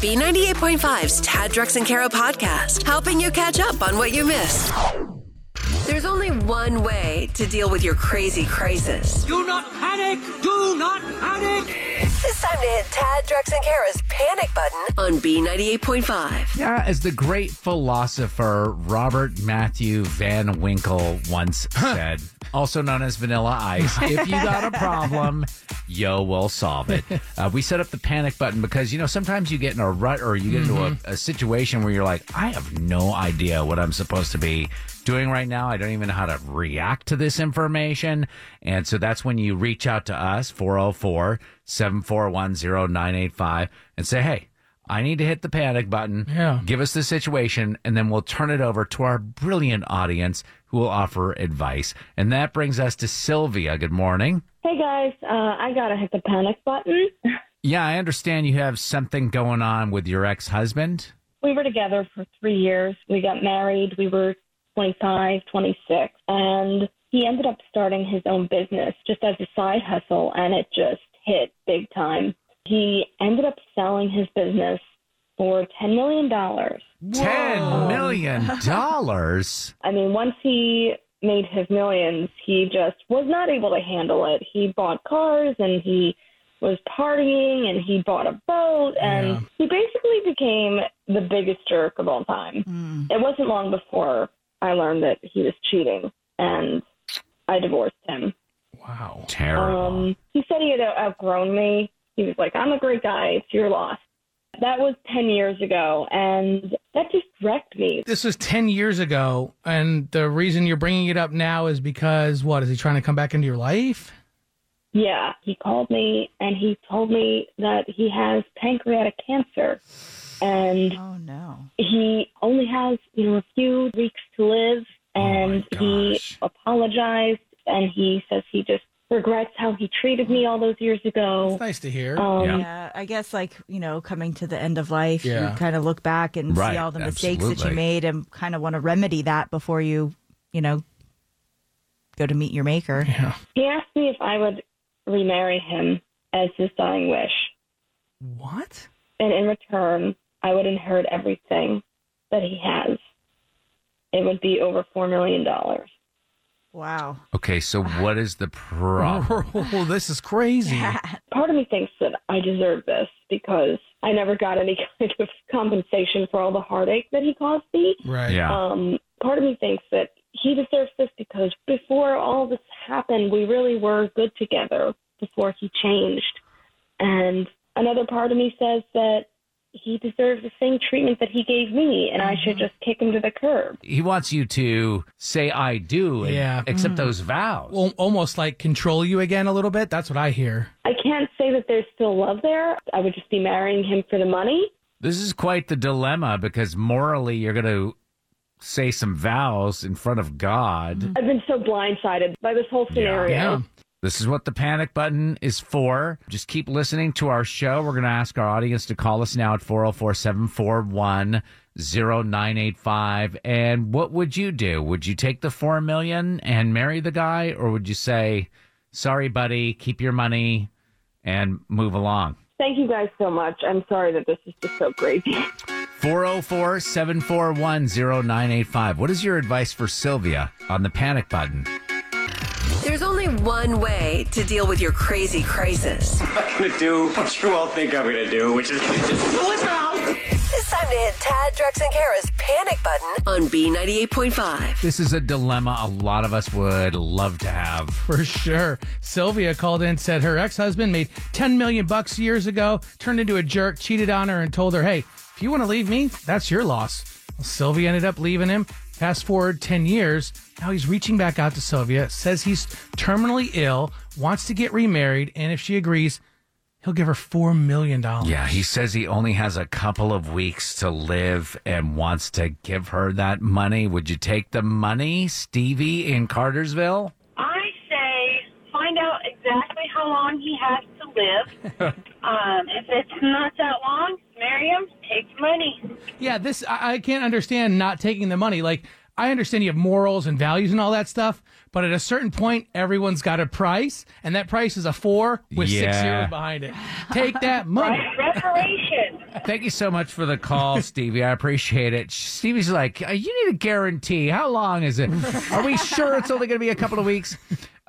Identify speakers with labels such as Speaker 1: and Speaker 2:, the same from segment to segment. Speaker 1: B98.5's Tad Drex and Kara podcast, helping you catch up on what you missed. There's only one way to deal with your crazy crisis.
Speaker 2: Do not panic! Do not panic!
Speaker 1: It's time to hit Tad Drex and Kara's panic button on B98.5.
Speaker 3: Yeah, as the great philosopher Robert Matthew Van Winkle once said, also known as Vanilla Ice, if you got a problem, yo will solve it. Uh, we set up the panic button because, you know, sometimes you get in a rut or you get into a, a situation where you're like, I have no idea what I'm supposed to be doing right now. I don't even know how to react to this information. And so that's when you reach out to us, 404 741 0985, and say, hey, I need to hit the panic button.
Speaker 4: Yeah.
Speaker 3: Give us the situation, and then we'll turn it over to our brilliant audience who will offer advice. And that brings us to Sylvia. Good morning.
Speaker 5: Hey guys, uh, I gotta hit the panic button.
Speaker 3: Yeah, I understand you have something going on with your ex husband.
Speaker 5: We were together for three years. We got married. We were 25, 26, and he ended up starting his own business just as a side hustle, and it just hit big time. He ended up selling his business for $10 million.
Speaker 3: $10 million.
Speaker 5: I mean, once he made his millions, he just was not able to handle it. He bought cars and he was partying and he bought a boat and
Speaker 4: Yeah.
Speaker 5: he basically became the biggest jerk of all time. It wasn't long before I learned that he was cheating and I divorced him.
Speaker 4: Wow.
Speaker 3: Terrible.
Speaker 5: Um, he said he had outgrown me. He was like, I'm a great guy. It's your loss. That was 10 years ago and that just wrecked me.
Speaker 4: This was 10 years ago, and the reason you're bringing it up now is because what? Is he trying to come back into your life?
Speaker 5: Yeah, he called me and he told me that he has pancreatic cancer and
Speaker 6: Oh no.
Speaker 5: he only has, you know, a few weeks to live and
Speaker 3: my
Speaker 5: he
Speaker 3: gosh.
Speaker 5: apologized and he says he just regrets how he treated me all those years ago.
Speaker 4: It's nice to hear.
Speaker 5: Um,
Speaker 3: Yeah.
Speaker 6: Yeah, I guess like you know, coming to the end of life,
Speaker 4: Yeah.
Speaker 6: you kind of look back and
Speaker 3: Right,
Speaker 6: see all the mistakes that
Speaker 3: absolutely.
Speaker 6: you made, and kind of want to remedy that before you, you know, go to meet your maker.
Speaker 5: He asked me if I would remarry him as his dying wish.
Speaker 4: What?
Speaker 5: And in return, I would inherit everything that he has. It would be over $4 million.
Speaker 6: Wow.
Speaker 3: Okay, so what is the problem?
Speaker 4: Oh, this is crazy.
Speaker 5: part of me thinks that I deserve this because I never got any kind of compensation for all the heartache that he caused me.
Speaker 4: Right.
Speaker 3: Yeah.
Speaker 5: Um, part of me thinks that he deserves this because before all this happened, we really were good together before he changed. And another part of me says that he deserves the same treatment that he gave me, and I should just kick him to the curb.
Speaker 3: He wants you to say I do and
Speaker 4: Yeah.
Speaker 3: accept those vows.
Speaker 4: Well, almost like control you again a little bit. That's what I hear.
Speaker 5: I can't say that there's still love there. I would just be marrying him for the money.
Speaker 3: this is quite the dilemma because morally you're going to say some vows in front of God.
Speaker 5: I've been so blindsided by this whole scenario.
Speaker 4: Yeah.
Speaker 3: This is what the panic button is for. Just keep listening to our show. We're going to ask our audience to call us now at 404 741 0985. And what would you do? Would you take the 4 million and marry the guy, or would you say, sorry, buddy, keep your money and move along?
Speaker 5: Thank you guys so much. I'm sorry that this is just so crazy.
Speaker 3: 404 741 0985. What is your advice for Sylvia on the panic button?
Speaker 1: There's only one way to deal with your crazy crisis.
Speaker 2: I'm gonna do what you all think I'm gonna do, which is just flip out!
Speaker 1: It's time to hit Tad Drex and Kara's panic button on B98.5.
Speaker 3: This is a dilemma a lot of us would love to have.
Speaker 4: For sure. Sylvia called in said her ex-husband made 10 million bucks years ago, turned into a jerk, cheated on her and told her, "Hey, if you want to leave me, that's your loss." Well, Sylvia ended up leaving him. Fast forward 10 years, now he's reaching back out to Sylvia, says he's terminally ill, wants to get remarried, and if she agrees, he'll give her $4 million.
Speaker 3: Yeah, he says he only has a couple of weeks to live and wants to give her that money. Would you take the money, Stevie, in Cartersville?
Speaker 7: I say find out exactly how long he has to live. um, if it's not that long, marry him, take the money.
Speaker 4: Yeah, this I, I can't understand not taking the money. Like I understand you have morals and values and all that stuff, but at a certain point, everyone's got a price, and that price is a four with six
Speaker 3: Yeah.
Speaker 4: zeros behind it. Take that money.
Speaker 7: Reparations.
Speaker 3: Thank you so much for the call, Stevie. I appreciate it. Stevie's like, uh, you need a guarantee. How long is it? Are we sure it's only going to be a couple of weeks?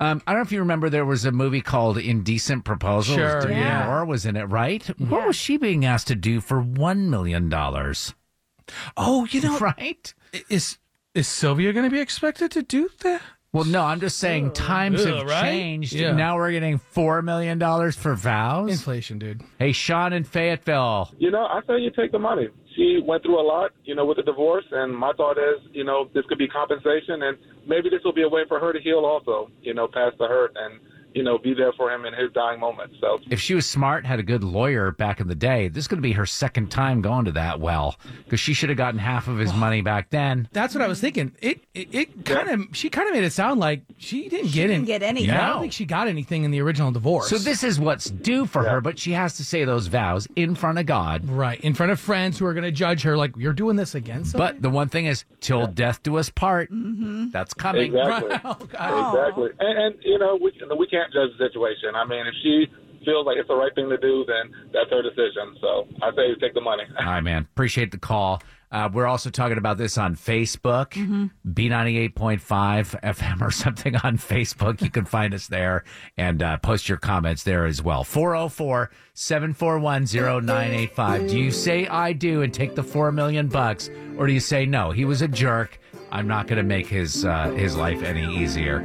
Speaker 3: Um, I don't know if you remember, there was a movie called Indecent Proposal.
Speaker 4: Sure,
Speaker 3: Demi
Speaker 4: yeah.
Speaker 3: Moore was in it, right? What was she being asked to do for $1 million?
Speaker 4: Oh, you know,
Speaker 3: Right?
Speaker 4: is is Sylvia going to be expected to do that?
Speaker 3: Well, no, I'm just saying times
Speaker 4: Ugh,
Speaker 3: have
Speaker 4: right?
Speaker 3: changed.
Speaker 4: Yeah.
Speaker 3: Now we're getting $4 million for vows.
Speaker 4: Inflation, dude.
Speaker 3: Hey, Sean in Fayetteville.
Speaker 8: You know, I say you take the money. She went through a lot, you know, with the divorce, and my thought is, you know, this could be compensation, and maybe this will be a way for her to heal also, you know, past the hurt and, you know, be there for him in his dying moment. So
Speaker 3: If she was smart, had a good lawyer back in the day, this is going to be her second time going to that well because she should have gotten half of his money back then.
Speaker 4: That's what I was thinking. It it, it kind of she kind of made it sound like she didn't get
Speaker 6: didn't
Speaker 4: any-
Speaker 6: get anything.
Speaker 4: I don't
Speaker 3: No.
Speaker 4: think she got anything in the original divorce.
Speaker 3: So this is what's due for her, but she has to say those vows in front of God.
Speaker 4: right in front of friends who are going to judge her, like you're doing this again. So
Speaker 3: But the one thing is, till death do us part. That's coming.
Speaker 8: exactly,
Speaker 4: Oh,
Speaker 8: exactly, and, and you know, we we can't judge the situation. I mean, if she feels like it's the right thing to do, then that's her decision. So I say you take the money.
Speaker 3: All right, man. Appreciate the call. Uh, we're also talking about this on Facebook, B98.5 FM or something on Facebook. You can find us there and uh, post your comments there as well. 404 741 0985. Do you say I do and take the 4 million bucks, or do you say no? He was a jerk. I'm not going to make his uh, his life any easier.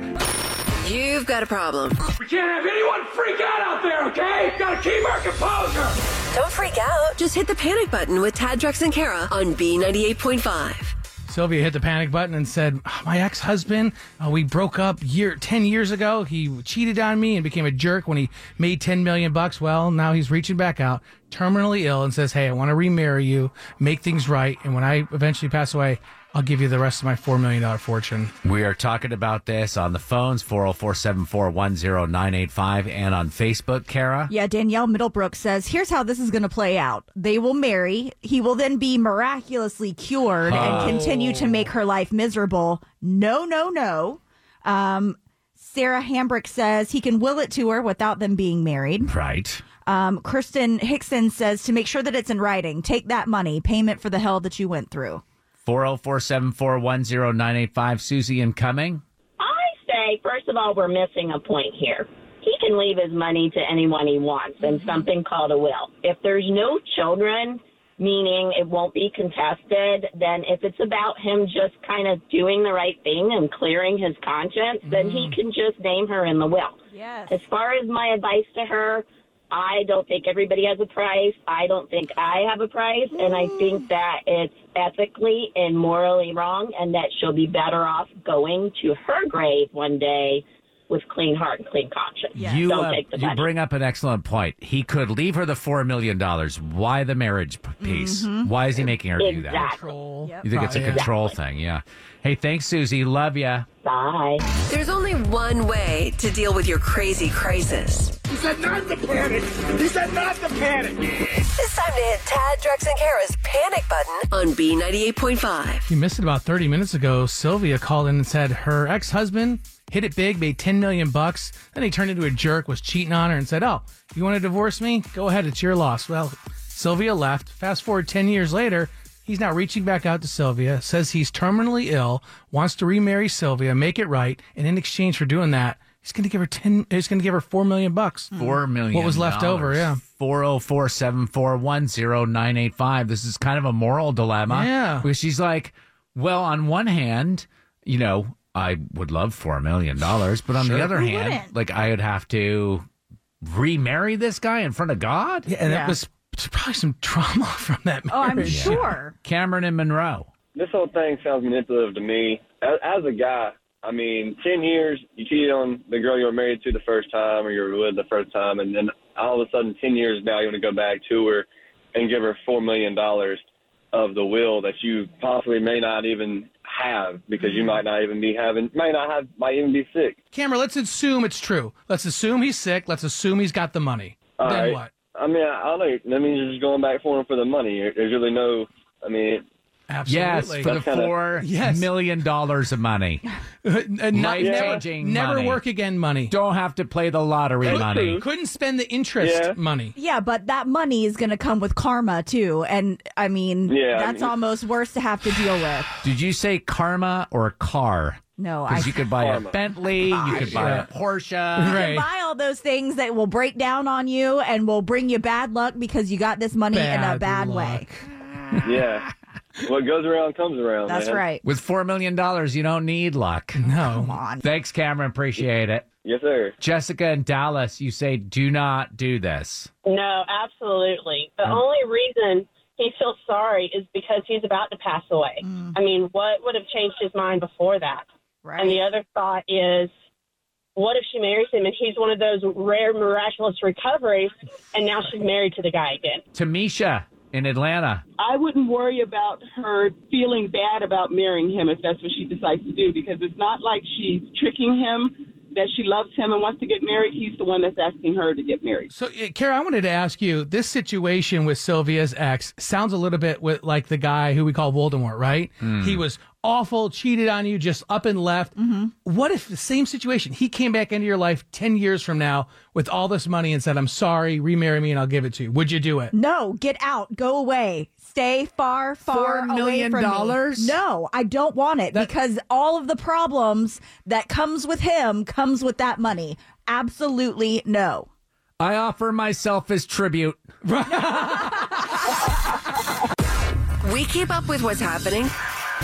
Speaker 1: You've got a problem.
Speaker 2: We can't have anyone freak out out there, okay? Gotta keep our composure.
Speaker 1: Don't freak out. Just hit the panic button with Tad, Drex, and Kara on B98.5.
Speaker 4: Sylvia hit the panic button and said, "Ah, "My ex-husband, uh, we broke up year ten years ago. He cheated on me and became a jerk when he made ten million bucks. Well, now he's reaching back out, terminally ill, and says, "Hey, I want to remarry you, make things right, and when I eventually pass away, I'll give you the rest of my four million dollar fortune."
Speaker 3: We are talking about this on the phones, 404 741 0985, and on Facebook, Kara.
Speaker 6: Yeah, Danielle Middlebrook says, here's how this is going to play out. They will marry. He will then be miraculously cured and continue to make her life miserable. No, no, no. Um, Sarah Hambrick says he can will it to her without them being married.
Speaker 3: Right.
Speaker 6: Um, Kristen Hickson says to make sure that it's in writing, take that money, payment for the hell that you went through.
Speaker 3: 404-741-0985. Susie and Cumming.
Speaker 7: I say, first of all, we're missing a point here. He can leave his money to anyone he wants in something called a will. If there's no children, meaning it won't be contested, then if it's about him just kind of doing the right thing and clearing his conscience, then he can just name her in the will.
Speaker 6: Yes.
Speaker 7: As far as my advice to her, I don't think everybody has a price. I don't think I have a price. And I think that it's ethically and morally wrong and that she'll be better off going to her grave one day with clean heart and clean conscience.
Speaker 3: You
Speaker 7: don't
Speaker 3: uh,
Speaker 7: take the
Speaker 3: you
Speaker 7: money.
Speaker 3: bring up an excellent point. He could leave her the four million dollars. Why the marriage p- piece?
Speaker 7: Mm-hmm.
Speaker 3: Why is he making her do that?
Speaker 7: Exactly.
Speaker 4: Control.
Speaker 3: You think it's a
Speaker 4: Yeah.
Speaker 3: control thing? Yeah. Hey, thanks, Susie. Love ya.
Speaker 7: Bye.
Speaker 1: There's only one way to deal with your crazy crisis.
Speaker 2: He said not to panic. He said not to panic.
Speaker 1: It's time to hit Tad, Drex, and Kara's panic button on B98.5.
Speaker 4: You missed it about 30 minutes ago. Sylvia called in and said her ex-husband hit it big, made 10 million bucks. Then he turned into a jerk, was cheating on her and said, "Oh, you want to divorce me? Go ahead, it's your loss." Well, Sylvia left. Fast forward 10 years later, he's now reaching back out to Sylvia, says he's terminally ill, wants to remarry Sylvia, make it right, and in exchange for doing that, he's going to give her 10 he's going to give her 4 million bucks.
Speaker 3: Four million.
Speaker 4: Mm. What was left over, yeah.
Speaker 3: 404-741-0985. This is kind of a moral dilemma.
Speaker 4: Yeah.
Speaker 3: Where she's like, well, on one hand, you know, I would love four million dollars, but on the other hand, like I would have to remarry this guy in front of God?
Speaker 4: Yeah, and that was probably some trauma from that marriage.
Speaker 6: Oh, I'm sure.
Speaker 3: Cameron and Monroe.
Speaker 8: This whole thing sounds manipulative to me. As, as a guy, I mean, 10 years, you cheated on the girl you were married to the first time or you were with the first time, and then
Speaker 9: all of a sudden, ten years now, you want to go back to her and give her four million dollars of the will that you possibly may not even have because
Speaker 6: Mm-hmm.
Speaker 9: you might not even be having, may not have, might even be sick.
Speaker 4: Cameron, let's assume it's true. Let's assume he's sick. Let's assume he's got the money.
Speaker 9: All
Speaker 4: then
Speaker 9: right.
Speaker 4: what?
Speaker 9: I mean, I I don't know. That means you're just going back for him for the money. There's really no. I mean,
Speaker 3: Yes, for the
Speaker 9: That's kinda-
Speaker 3: four million dollars of money.
Speaker 4: Not,
Speaker 3: Life
Speaker 4: never,
Speaker 3: changing.
Speaker 4: never work again money.
Speaker 3: Don't have to play the lottery money.
Speaker 4: Couldn't spend the interest
Speaker 3: Yeah.
Speaker 4: money.
Speaker 6: Yeah, but that money is going to come with karma too, and I mean,
Speaker 3: Yeah, I
Speaker 6: that's
Speaker 3: mean-
Speaker 6: almost worse to have to deal with.
Speaker 3: Did you say karma or car?
Speaker 6: No, I-
Speaker 3: because you could buy
Speaker 6: Karma.
Speaker 3: a Bentley, you could buy
Speaker 4: Yeah.
Speaker 3: a Porsche,
Speaker 6: You can buy all those things that will break down on you and will bring you bad luck because you got this money in a
Speaker 3: Bad
Speaker 6: bad way.
Speaker 9: yeah. what goes around comes around. man.
Speaker 3: With four million dollars, you don't need luck.
Speaker 4: No,
Speaker 3: come on. Thanks, Cameron. Appreciate it.
Speaker 9: Yes, sir.
Speaker 3: Jessica in Dallas, you say do not do this.
Speaker 10: No, absolutely. The
Speaker 3: Um,
Speaker 10: only reason he feels sorry is because he's about to pass away. I mean, what would have changed his mind before that?
Speaker 6: Right.
Speaker 10: And the other thought is, what if she marries him and he's one of those rare miraculous recoveries and now she's married to the guy again?
Speaker 3: Tamisha in Atlanta.
Speaker 11: I wouldn't worry about her feeling bad about marrying him if that's what she decides to do because it's not like she's tricking him that she loves him and wants to get married. He's the one that's asking her to get married.
Speaker 4: So, uh, Kara, I wanted to ask you this situation with Sylvia's ex sounds a little bit with, like the guy who we call Voldemort, right?
Speaker 3: Hmm.
Speaker 4: He was awful, cheated on you, just up and left.
Speaker 9: Mm-hmm.
Speaker 4: What if the same situation? He came back into your life 10 years from now with all this money and said, I'm sorry, remarry me and I'll give it to you. Would you do it?
Speaker 6: No, get out, go away, stay far, far
Speaker 3: Four million
Speaker 6: away from
Speaker 3: dollars?
Speaker 6: Me. No, I don't want it because all of the problems that comes with him comes with that money. Absolutely no.
Speaker 3: I offer myself as tribute.
Speaker 1: We keep up with what's happening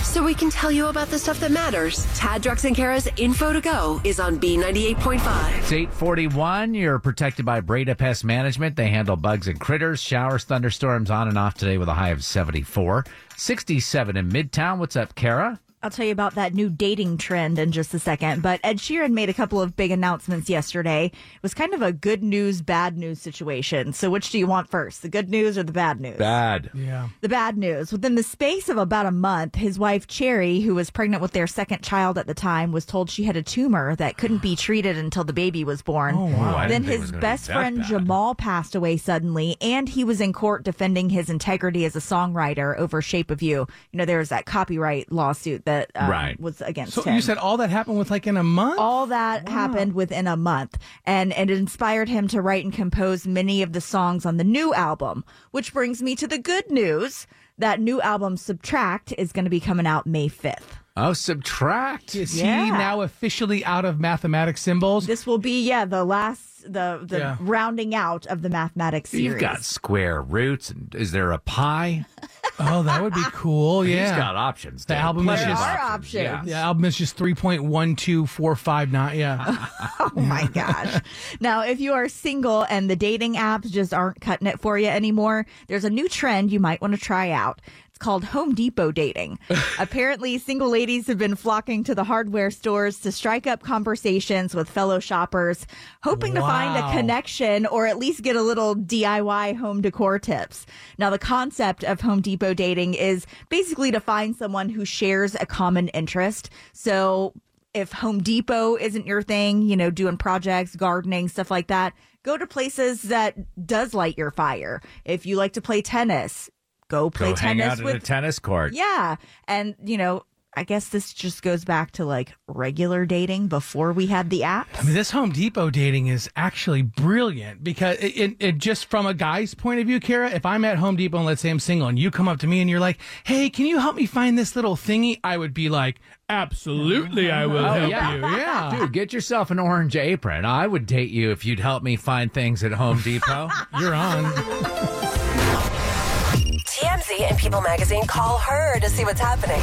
Speaker 1: so we can tell you about the stuff that matters. Tad, Drex, and Kara's info to go is on B98.5.
Speaker 3: It's 841. You're protected by Breda Pest Management. They handle bugs and critters, showers, thunderstorms on and off today with a high of 74. 67 in Midtown. What's up, Kara?
Speaker 6: I'll tell you about that new dating trend in just a second. But Ed Sheeran made a couple of big announcements yesterday. It was kind of a good news, bad news situation. So, which do you want first, the good news or the bad news?
Speaker 3: Bad.
Speaker 4: Yeah.
Speaker 6: The bad news. Within the space of about a month, his wife, Cherry, who was pregnant with their second child at the time, was told she had a tumor that couldn't be treated until the baby was born.
Speaker 12: Oh, wow. Oh, I
Speaker 6: Then
Speaker 12: didn't think it was
Speaker 6: his
Speaker 12: gonna be
Speaker 6: best
Speaker 12: that
Speaker 6: friend,
Speaker 12: bad.
Speaker 6: Jamal, passed away suddenly, and he was in court defending his integrity as a songwriter over Shape of You. You know, there was that copyright lawsuit that um,
Speaker 4: Right.
Speaker 6: was against
Speaker 4: So
Speaker 6: him.
Speaker 4: you said all that happened with like in a month?
Speaker 6: All that happened within a month, and it inspired him to write and compose many of the songs on the new album. Which brings me to the good news: that new album "Subtract" is going to be coming out May fifth.
Speaker 3: Oh, subtract.
Speaker 4: Is
Speaker 6: Yeah.
Speaker 4: he now officially out of mathematics symbols?
Speaker 6: This will be yeah the last the the
Speaker 3: Yeah.
Speaker 6: rounding out of the mathematics series.
Speaker 3: You've got square roots. and Is there a pie?
Speaker 4: oh, that would be cool. Yeah.
Speaker 3: He's got options.
Speaker 4: The
Speaker 3: dude.
Speaker 4: album is
Speaker 3: Plenty of
Speaker 4: just
Speaker 3: options.
Speaker 4: Yeah. The album is just three point one two four five nine. Yeah.
Speaker 6: oh my gosh. Now, if you are single and the dating apps just aren't cutting it for you anymore, there's a new trend you might want to try out. It's called Home Depot dating. Apparently, single ladies have been flocking to the hardware stores to strike up conversations with fellow shoppers, hoping to find a
Speaker 12: Wow.
Speaker 6: connection connection or at least get a little DIY home decor tips. Now, the concept of Home Depot dating is basically to find someone who shares a common interest. So, if Home Depot isn't your thing, you know, doing projects, gardening, stuff like that, go to places that does light your fire. If you like to play tennis, go play
Speaker 3: Go hang
Speaker 6: tennis
Speaker 3: out at
Speaker 6: with
Speaker 3: a tennis court.
Speaker 6: yeah. And, you know, I guess this just goes back to like regular dating before we had the apps.
Speaker 4: I mean, this Home Depot dating is actually brilliant because it, it, it just from a guy's point of view, Kara. If I'm at Home Depot and let's say I'm single, and you come up to me and you're like, "Hey, can you help me find this little thingy?" I would be like, "Absolutely, I will
Speaker 3: Oh,
Speaker 4: help
Speaker 3: yeah.
Speaker 4: you." Yeah,
Speaker 3: Dude, get yourself an orange apron. I would date you if you'd help me find things at Home Depot.
Speaker 4: You're on.
Speaker 1: TMZ and People Magazine call her to see what's happening.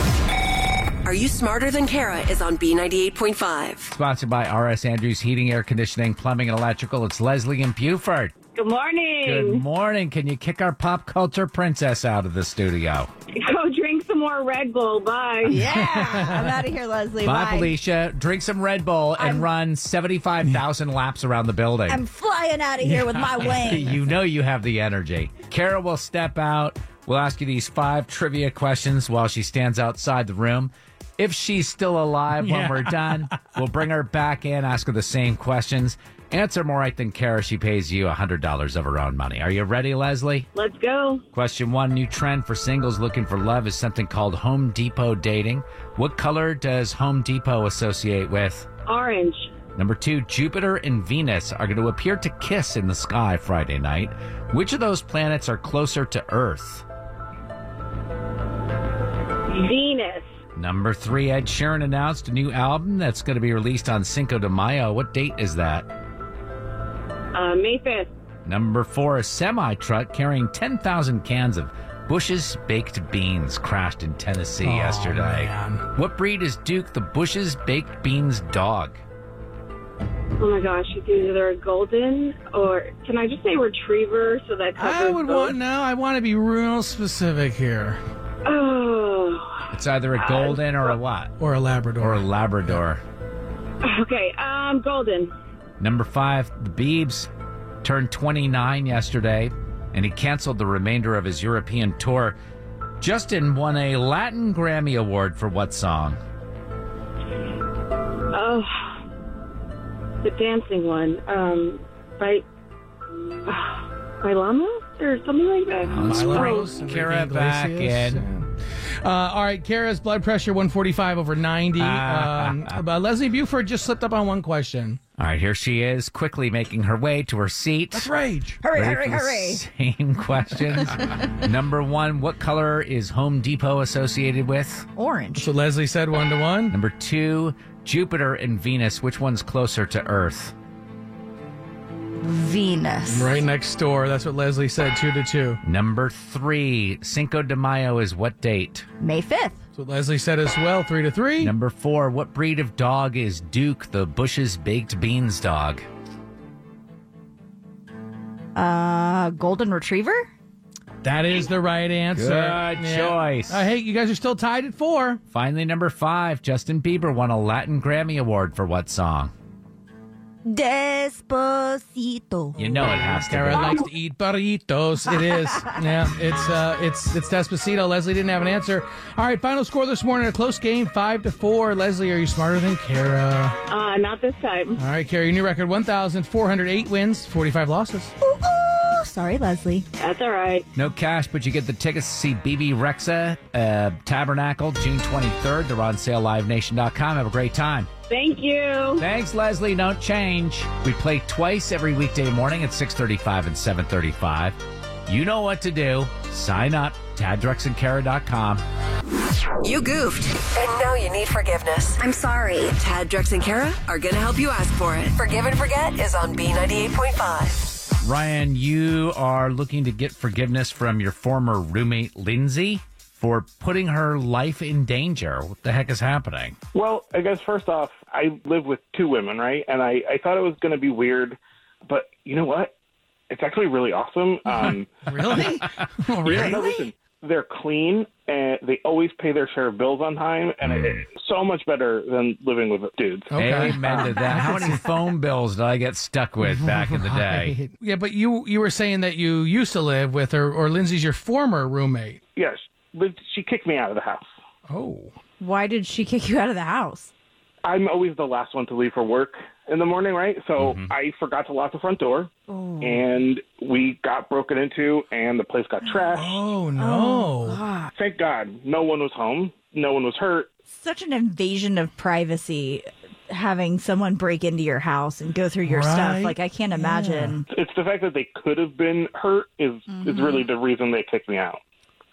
Speaker 1: Are You Smarter Than Kara is on B98.5.
Speaker 3: Sponsored by RS Andrews Heating, Air Conditioning, Plumbing, and Electrical. It's Leslie and Buford.
Speaker 12: Good morning.
Speaker 3: Good morning. Can you kick our pop culture princess out of the studio?
Speaker 12: Go drink some more
Speaker 10: more Red Bull. Bye.
Speaker 6: Yeah. I'm out of here, Leslie.
Speaker 3: Bye,
Speaker 6: Bye.
Speaker 3: Felicia. Drink some Red Bull and run 75,000 laps around the building.
Speaker 6: I'm flying out of here with my wings.
Speaker 3: you know you have the energy. Kara will step out. We'll ask you these five trivia questions while she stands outside the room. If she's still alive when
Speaker 12: Yeah.
Speaker 3: we're done, we'll bring her back in, ask her the same questions. Answer more right than Kara. She pays you $100 of her own money. Are you ready, Leslie?
Speaker 10: Let's go.
Speaker 3: Question one New trend for singles looking for love is something called Home Depot dating. What color does Home Depot associate with?
Speaker 10: Orange.
Speaker 3: Number two, Jupiter and Venus are going to appear to kiss in the sky Friday night. Which of those planets are closer to Earth?
Speaker 10: Venus.
Speaker 3: Number three, Ed Sheeran announced a new album that's going to be released on Cinco de Mayo. What date is that?
Speaker 10: Uh, May 5th.
Speaker 3: Number four, a semi truck carrying 10,000 cans of Bush's baked beans crashed in Tennessee
Speaker 4: Aw,
Speaker 3: yesterday.
Speaker 4: man.
Speaker 3: What breed is Duke the Bush's baked beans dog?
Speaker 10: Oh my gosh, it's either a golden or can I just say retriever so that covers
Speaker 4: I would
Speaker 10: both?
Speaker 4: want no. I want to be real specific here.
Speaker 10: Oh,
Speaker 3: It's either a golden or a what?
Speaker 4: Or a Labrador.
Speaker 3: Or a Labrador.
Speaker 10: okay. Um, golden.
Speaker 3: Number five, the Biebs turned 29 yesterday, and he canceled the remainder of his European tour. Justin won a Latin Grammy Award for what song?
Speaker 10: Oh, the dancing one. Um, by uh, by llama or something like that.
Speaker 3: Let's bring Kara back
Speaker 4: Iglesias.
Speaker 3: in.
Speaker 4: Uh, all right, Kara's blood pressure 145 over 90.
Speaker 3: Ah.
Speaker 4: um, but Leslie Buford just slipped up on one question.
Speaker 3: All right, here she is, quickly making her way to her seat.
Speaker 4: That's rage.
Speaker 3: Ready for the Same questions. Number one, what color is Home Depot associated with?
Speaker 6: Orange.
Speaker 3: So Leslie said one to one. Number two, Jupiter and Venus. Which one's closer to Earth?
Speaker 13: Venus.
Speaker 4: Right next door. That's what Leslie said, two to two.
Speaker 3: Number three, Cinco de Mayo is what date?
Speaker 6: May 5th.
Speaker 3: So Leslie said as well, three to three. Number four, what breed of dog is Duke the Bush's baked beans dog?
Speaker 6: Uh, golden retriever?
Speaker 4: That is the right answer.
Speaker 3: Good choice.
Speaker 4: Uh, hey, you guys are still tied at four.
Speaker 3: Finally, number five, Justin Bieber won a Latin Grammy Award for what song?
Speaker 6: Despacito.
Speaker 3: You know it has to
Speaker 4: Kara
Speaker 3: be.
Speaker 4: likes to eat burritos. It is. Yeah, it's uh, it's it's Despacito. Leslie didn't have an answer. All right, final score this morning: a close game, five to four. Leslie, are you smarter than Kara?
Speaker 10: Uh, not this time.
Speaker 4: All right, Kara, your new record: one thousand four hundred eight wins, forty-five losses.
Speaker 6: Oh, sorry, Leslie.
Speaker 10: That's all right.
Speaker 3: No cash, but you get the tickets to see BB Rexa uh, Tabernacle June 23rd. They're on sale livenation.com. Have a great time.
Speaker 10: Thank you.
Speaker 3: Thanks, Leslie. Don't change. We play twice every weekday morning at 635 and 735. You know what to do. Sign up. TadDrexandKara.com.
Speaker 1: You goofed. And now you need forgiveness. I'm sorry. Tad, Drex, and Kara are going to help you ask for it. Forgive and Forget is on B98.5.
Speaker 3: Ryan, you are looking to get forgiveness from your former roommate, Lindsay, for putting her life in danger. What the heck is happening?
Speaker 8: Well, I guess first off, I live with two women, right? And I, I thought it was going to be weird, but you know what? It's actually really awesome. Um,
Speaker 4: really?
Speaker 8: Yeah, no, listen, they're clean and they always pay their share of bills on time, and
Speaker 3: Mm.
Speaker 8: it's so much better than living with dudes.
Speaker 3: Amen to that. How many phone bills did I get stuck with back in the day?
Speaker 4: Yeah, but you you were saying that you used to live with, or or Lindsay's your former roommate.
Speaker 8: Yes, but she kicked me out of the house.
Speaker 4: Oh.
Speaker 6: Why did she kick you out of the house?
Speaker 8: I'm always the last one to leave for work in the morning, right? So
Speaker 3: Mm-hmm.
Speaker 8: I forgot to lock the front door,
Speaker 6: Oh.
Speaker 8: and we got broken into, and the place got trashed.
Speaker 4: Oh
Speaker 6: no. God.
Speaker 8: Thank God, no one was home. No one was hurt.
Speaker 6: Such an invasion of privacy having someone break into your house and go through your stuff.
Speaker 8: Right?
Speaker 6: Like, I can't imagine.
Speaker 8: It's the fact that they could have been hurt is is
Speaker 6: Mm-hmm.
Speaker 8: really the reason they kicked me out.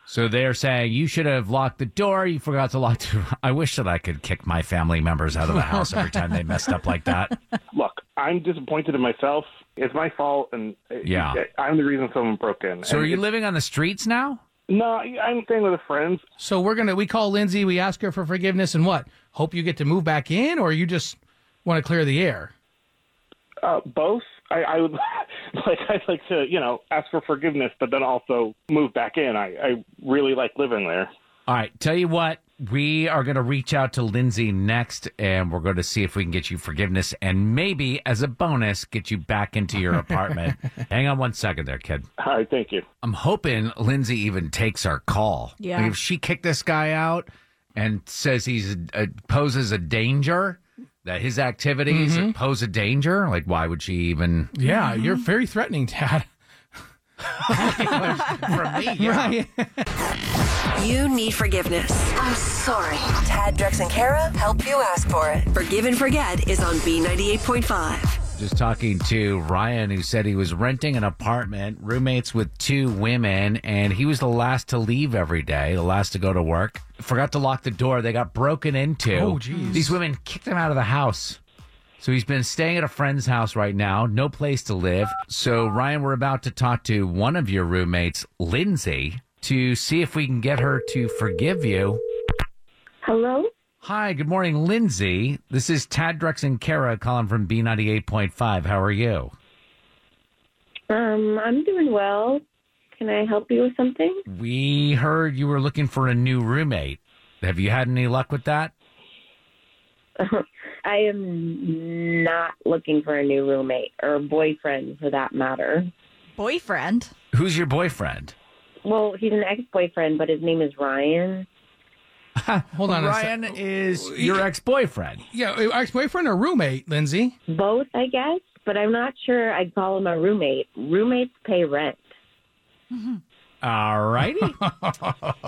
Speaker 3: So they're saying you should have locked the door. You forgot to lock the I wish that I could kick my family members out of the house every time they messed up like that.
Speaker 8: Look, I'm disappointed in myself. It's my fault, and uh,
Speaker 3: Yeah.
Speaker 8: I'm the reason someone broke in.
Speaker 3: So
Speaker 8: And
Speaker 3: are you
Speaker 8: it's-
Speaker 3: living on the streets now?
Speaker 8: No, I'm staying with a friend.
Speaker 4: So we're gonna we call Lindsay, we ask her for forgiveness, and what? Hope you get to move back in, or you just want to clear the air.
Speaker 8: Uh, both. I, I would like. I'd like to, you know, ask for forgiveness, but then also move back in. I, I really like living there.
Speaker 3: All right, tell you what, we are going to reach out to Lindsay next, and we're going to see if we can get you forgiveness, and maybe as a bonus, get you back into your apartment. Hang on one second, there, kid.
Speaker 12: All right, thank you.
Speaker 3: I'm hoping Lindsay even takes our call.
Speaker 12: Yeah.
Speaker 3: Like, if she kicked this guy out and says he's uh, poses a danger, that his activities
Speaker 4: Mhm.
Speaker 3: pose a danger, like why would she even?
Speaker 4: Yeah,
Speaker 12: Mm-hmm.
Speaker 4: you're very threatening, Dad. Right.
Speaker 1: You need forgiveness. I'm sorry. Tad, Drex, and Kara help you ask for it. Forgive and Forget is on B98.5.
Speaker 3: Just talking to Ryan, who said he was renting an apartment, roommates with two women, and he was the last to leave every day, the last to go to work. Forgot to lock the door. They got broken into.
Speaker 4: Oh, geez.
Speaker 3: These women kicked him out of the house. So he's been staying at a friend's house right now, no place to live. So, Ryan, we're about to talk to one of your roommates, Lindsay, to see if we can get her to forgive you.
Speaker 14: Hello?
Speaker 3: Hi, good morning, Lindsay. This is Tad Drex and Kara calling from B98.5. How are you?
Speaker 14: Um, I'm doing well. Can I help you with something?
Speaker 3: We heard you were looking for a new roommate. Have you had any luck with that?
Speaker 14: I am not looking for a new roommate or boyfriend for that matter.
Speaker 6: Boyfriend?
Speaker 3: Who's your boyfriend?
Speaker 14: Well, he's an ex boyfriend, but his name is Ryan.
Speaker 4: Hold on.
Speaker 3: Ryan is your ex boyfriend.
Speaker 4: Yeah, ex boyfriend or roommate, Lindsay?
Speaker 14: Both, I guess, but I'm not sure I'd call him a roommate. Roommates pay rent.
Speaker 3: All righty.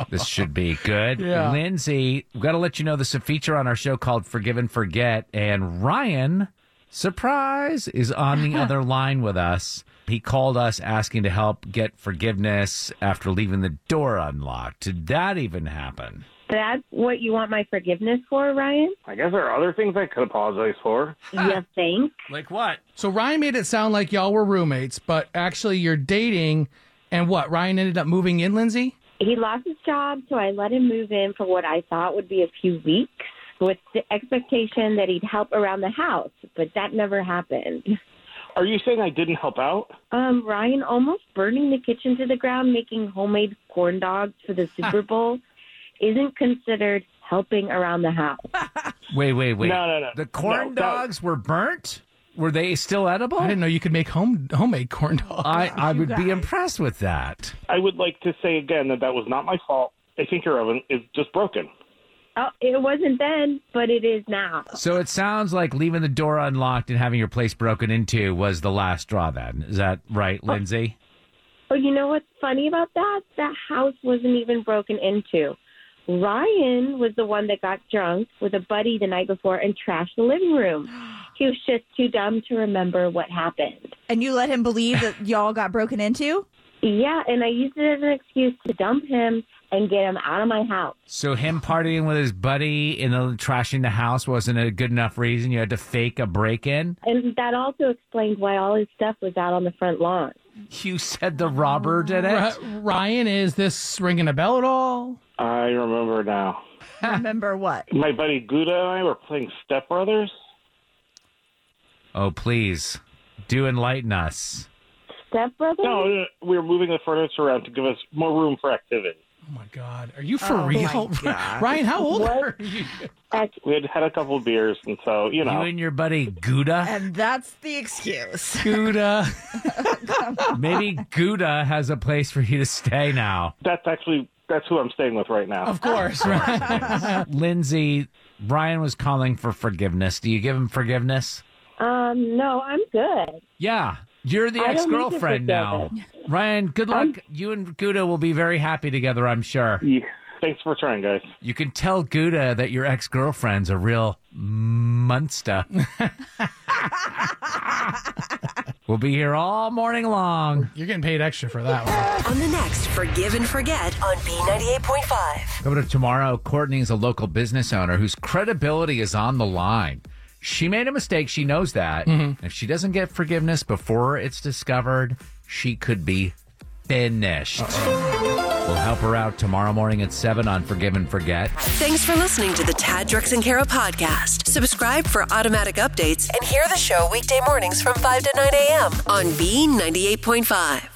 Speaker 3: this should be good.
Speaker 14: Yeah.
Speaker 3: Lindsay, we've got to let you know this is a feature on our show called Forgive and Forget. And Ryan, surprise, is on the other line with us. He called us asking to help get forgiveness after leaving the door unlocked. Did that even happen?
Speaker 14: That's what you want my forgiveness for, Ryan?
Speaker 12: I guess there are other things I could apologize for.
Speaker 14: you think?
Speaker 3: Like what?
Speaker 4: So Ryan made it sound like y'all were roommates, but actually you're dating. And what? Ryan ended up moving in, Lindsay?
Speaker 14: He lost his job, so I let him move in for what I thought would be a few weeks with the expectation that he'd help around the house, but that never happened.
Speaker 12: Are you saying I didn't help out?
Speaker 14: Um, Ryan almost burning the kitchen to the ground making homemade corn dogs for the Super Bowl isn't considered helping around the house.
Speaker 3: Wait, wait, wait.
Speaker 14: No, no, no.
Speaker 3: The corn
Speaker 14: No, that-
Speaker 3: dogs were burnt? Were they still edible?
Speaker 4: I didn't know you could make home homemade corn dogs.
Speaker 3: I, I would be impressed with that.
Speaker 12: I would like to say again that that was not my fault. I think your oven is just broken.
Speaker 14: Oh, it wasn't then, but it is now.
Speaker 3: So it sounds like leaving the door unlocked and having your place broken into was the last straw then. Is that right, Lindsay?
Speaker 14: Oh, you know what's funny about that? That house wasn't even broken into. Ryan was the one that got drunk with a buddy the night before and trashed the living room. He was just too dumb to remember what happened.
Speaker 6: And you let him believe that y'all got broken into?
Speaker 14: Yeah, and I used it as an excuse to dump him and get him out of my house.
Speaker 3: So him partying with his buddy and then trashing the house wasn't a good enough reason. You had to fake a break in.
Speaker 14: And that also explained why all his stuff was out on the front lawn.
Speaker 3: You said the robber did it.
Speaker 4: Ri- Uh, Ryan, is this ringing a bell at all?
Speaker 12: I remember now.
Speaker 6: Remember what?
Speaker 12: My buddy Gouda and I were playing Step Brothers.
Speaker 3: Oh please, do enlighten us.
Speaker 14: Step Brothers?
Speaker 12: No, no, we were moving the furniture around to give us more room for activity.
Speaker 4: Oh my God, are you for
Speaker 12: Oh,
Speaker 4: real,
Speaker 12: my God.
Speaker 4: Ryan? How old
Speaker 12: What?
Speaker 4: are you?
Speaker 12: We had had a couple of beers, and so you know.
Speaker 3: You and your buddy Gouda.
Speaker 6: And that's the excuse.
Speaker 4: Gouda.
Speaker 3: Maybe Gouda has a place for you to stay now.
Speaker 12: That's actually that's who I'm staying with right now.
Speaker 4: Of course, right?
Speaker 3: Lindsay, Brian was calling for forgiveness. Do you give him forgiveness?
Speaker 14: Um, no, I'm good.
Speaker 3: Yeah. You're the
Speaker 14: I don't
Speaker 3: ex
Speaker 14: need to
Speaker 3: girlfriend now. Ryan, good luck. you and Gouda will be very happy together, I'm sure.
Speaker 12: Thanks for trying, guys.
Speaker 3: You can tell Gouda that your ex girlfriend's a real monster. we'll be here all morning long.
Speaker 4: You're getting paid extra for that one.
Speaker 1: On the next Forgive and Forget on B98.5.
Speaker 3: Coming up tomorrow, Courtney is a local business owner whose credibility is on the line. She made a mistake. She knows that. If she doesn't get forgiveness before it's discovered, she could be finished. We'll help her out tomorrow morning at 7 on Forgive and Forget.
Speaker 1: Thanks for listening to the Tad, Drex, and Kara podcast. Subscribe for automatic updates and hear the show weekday mornings from 5 to 9 a.m. on B98.5.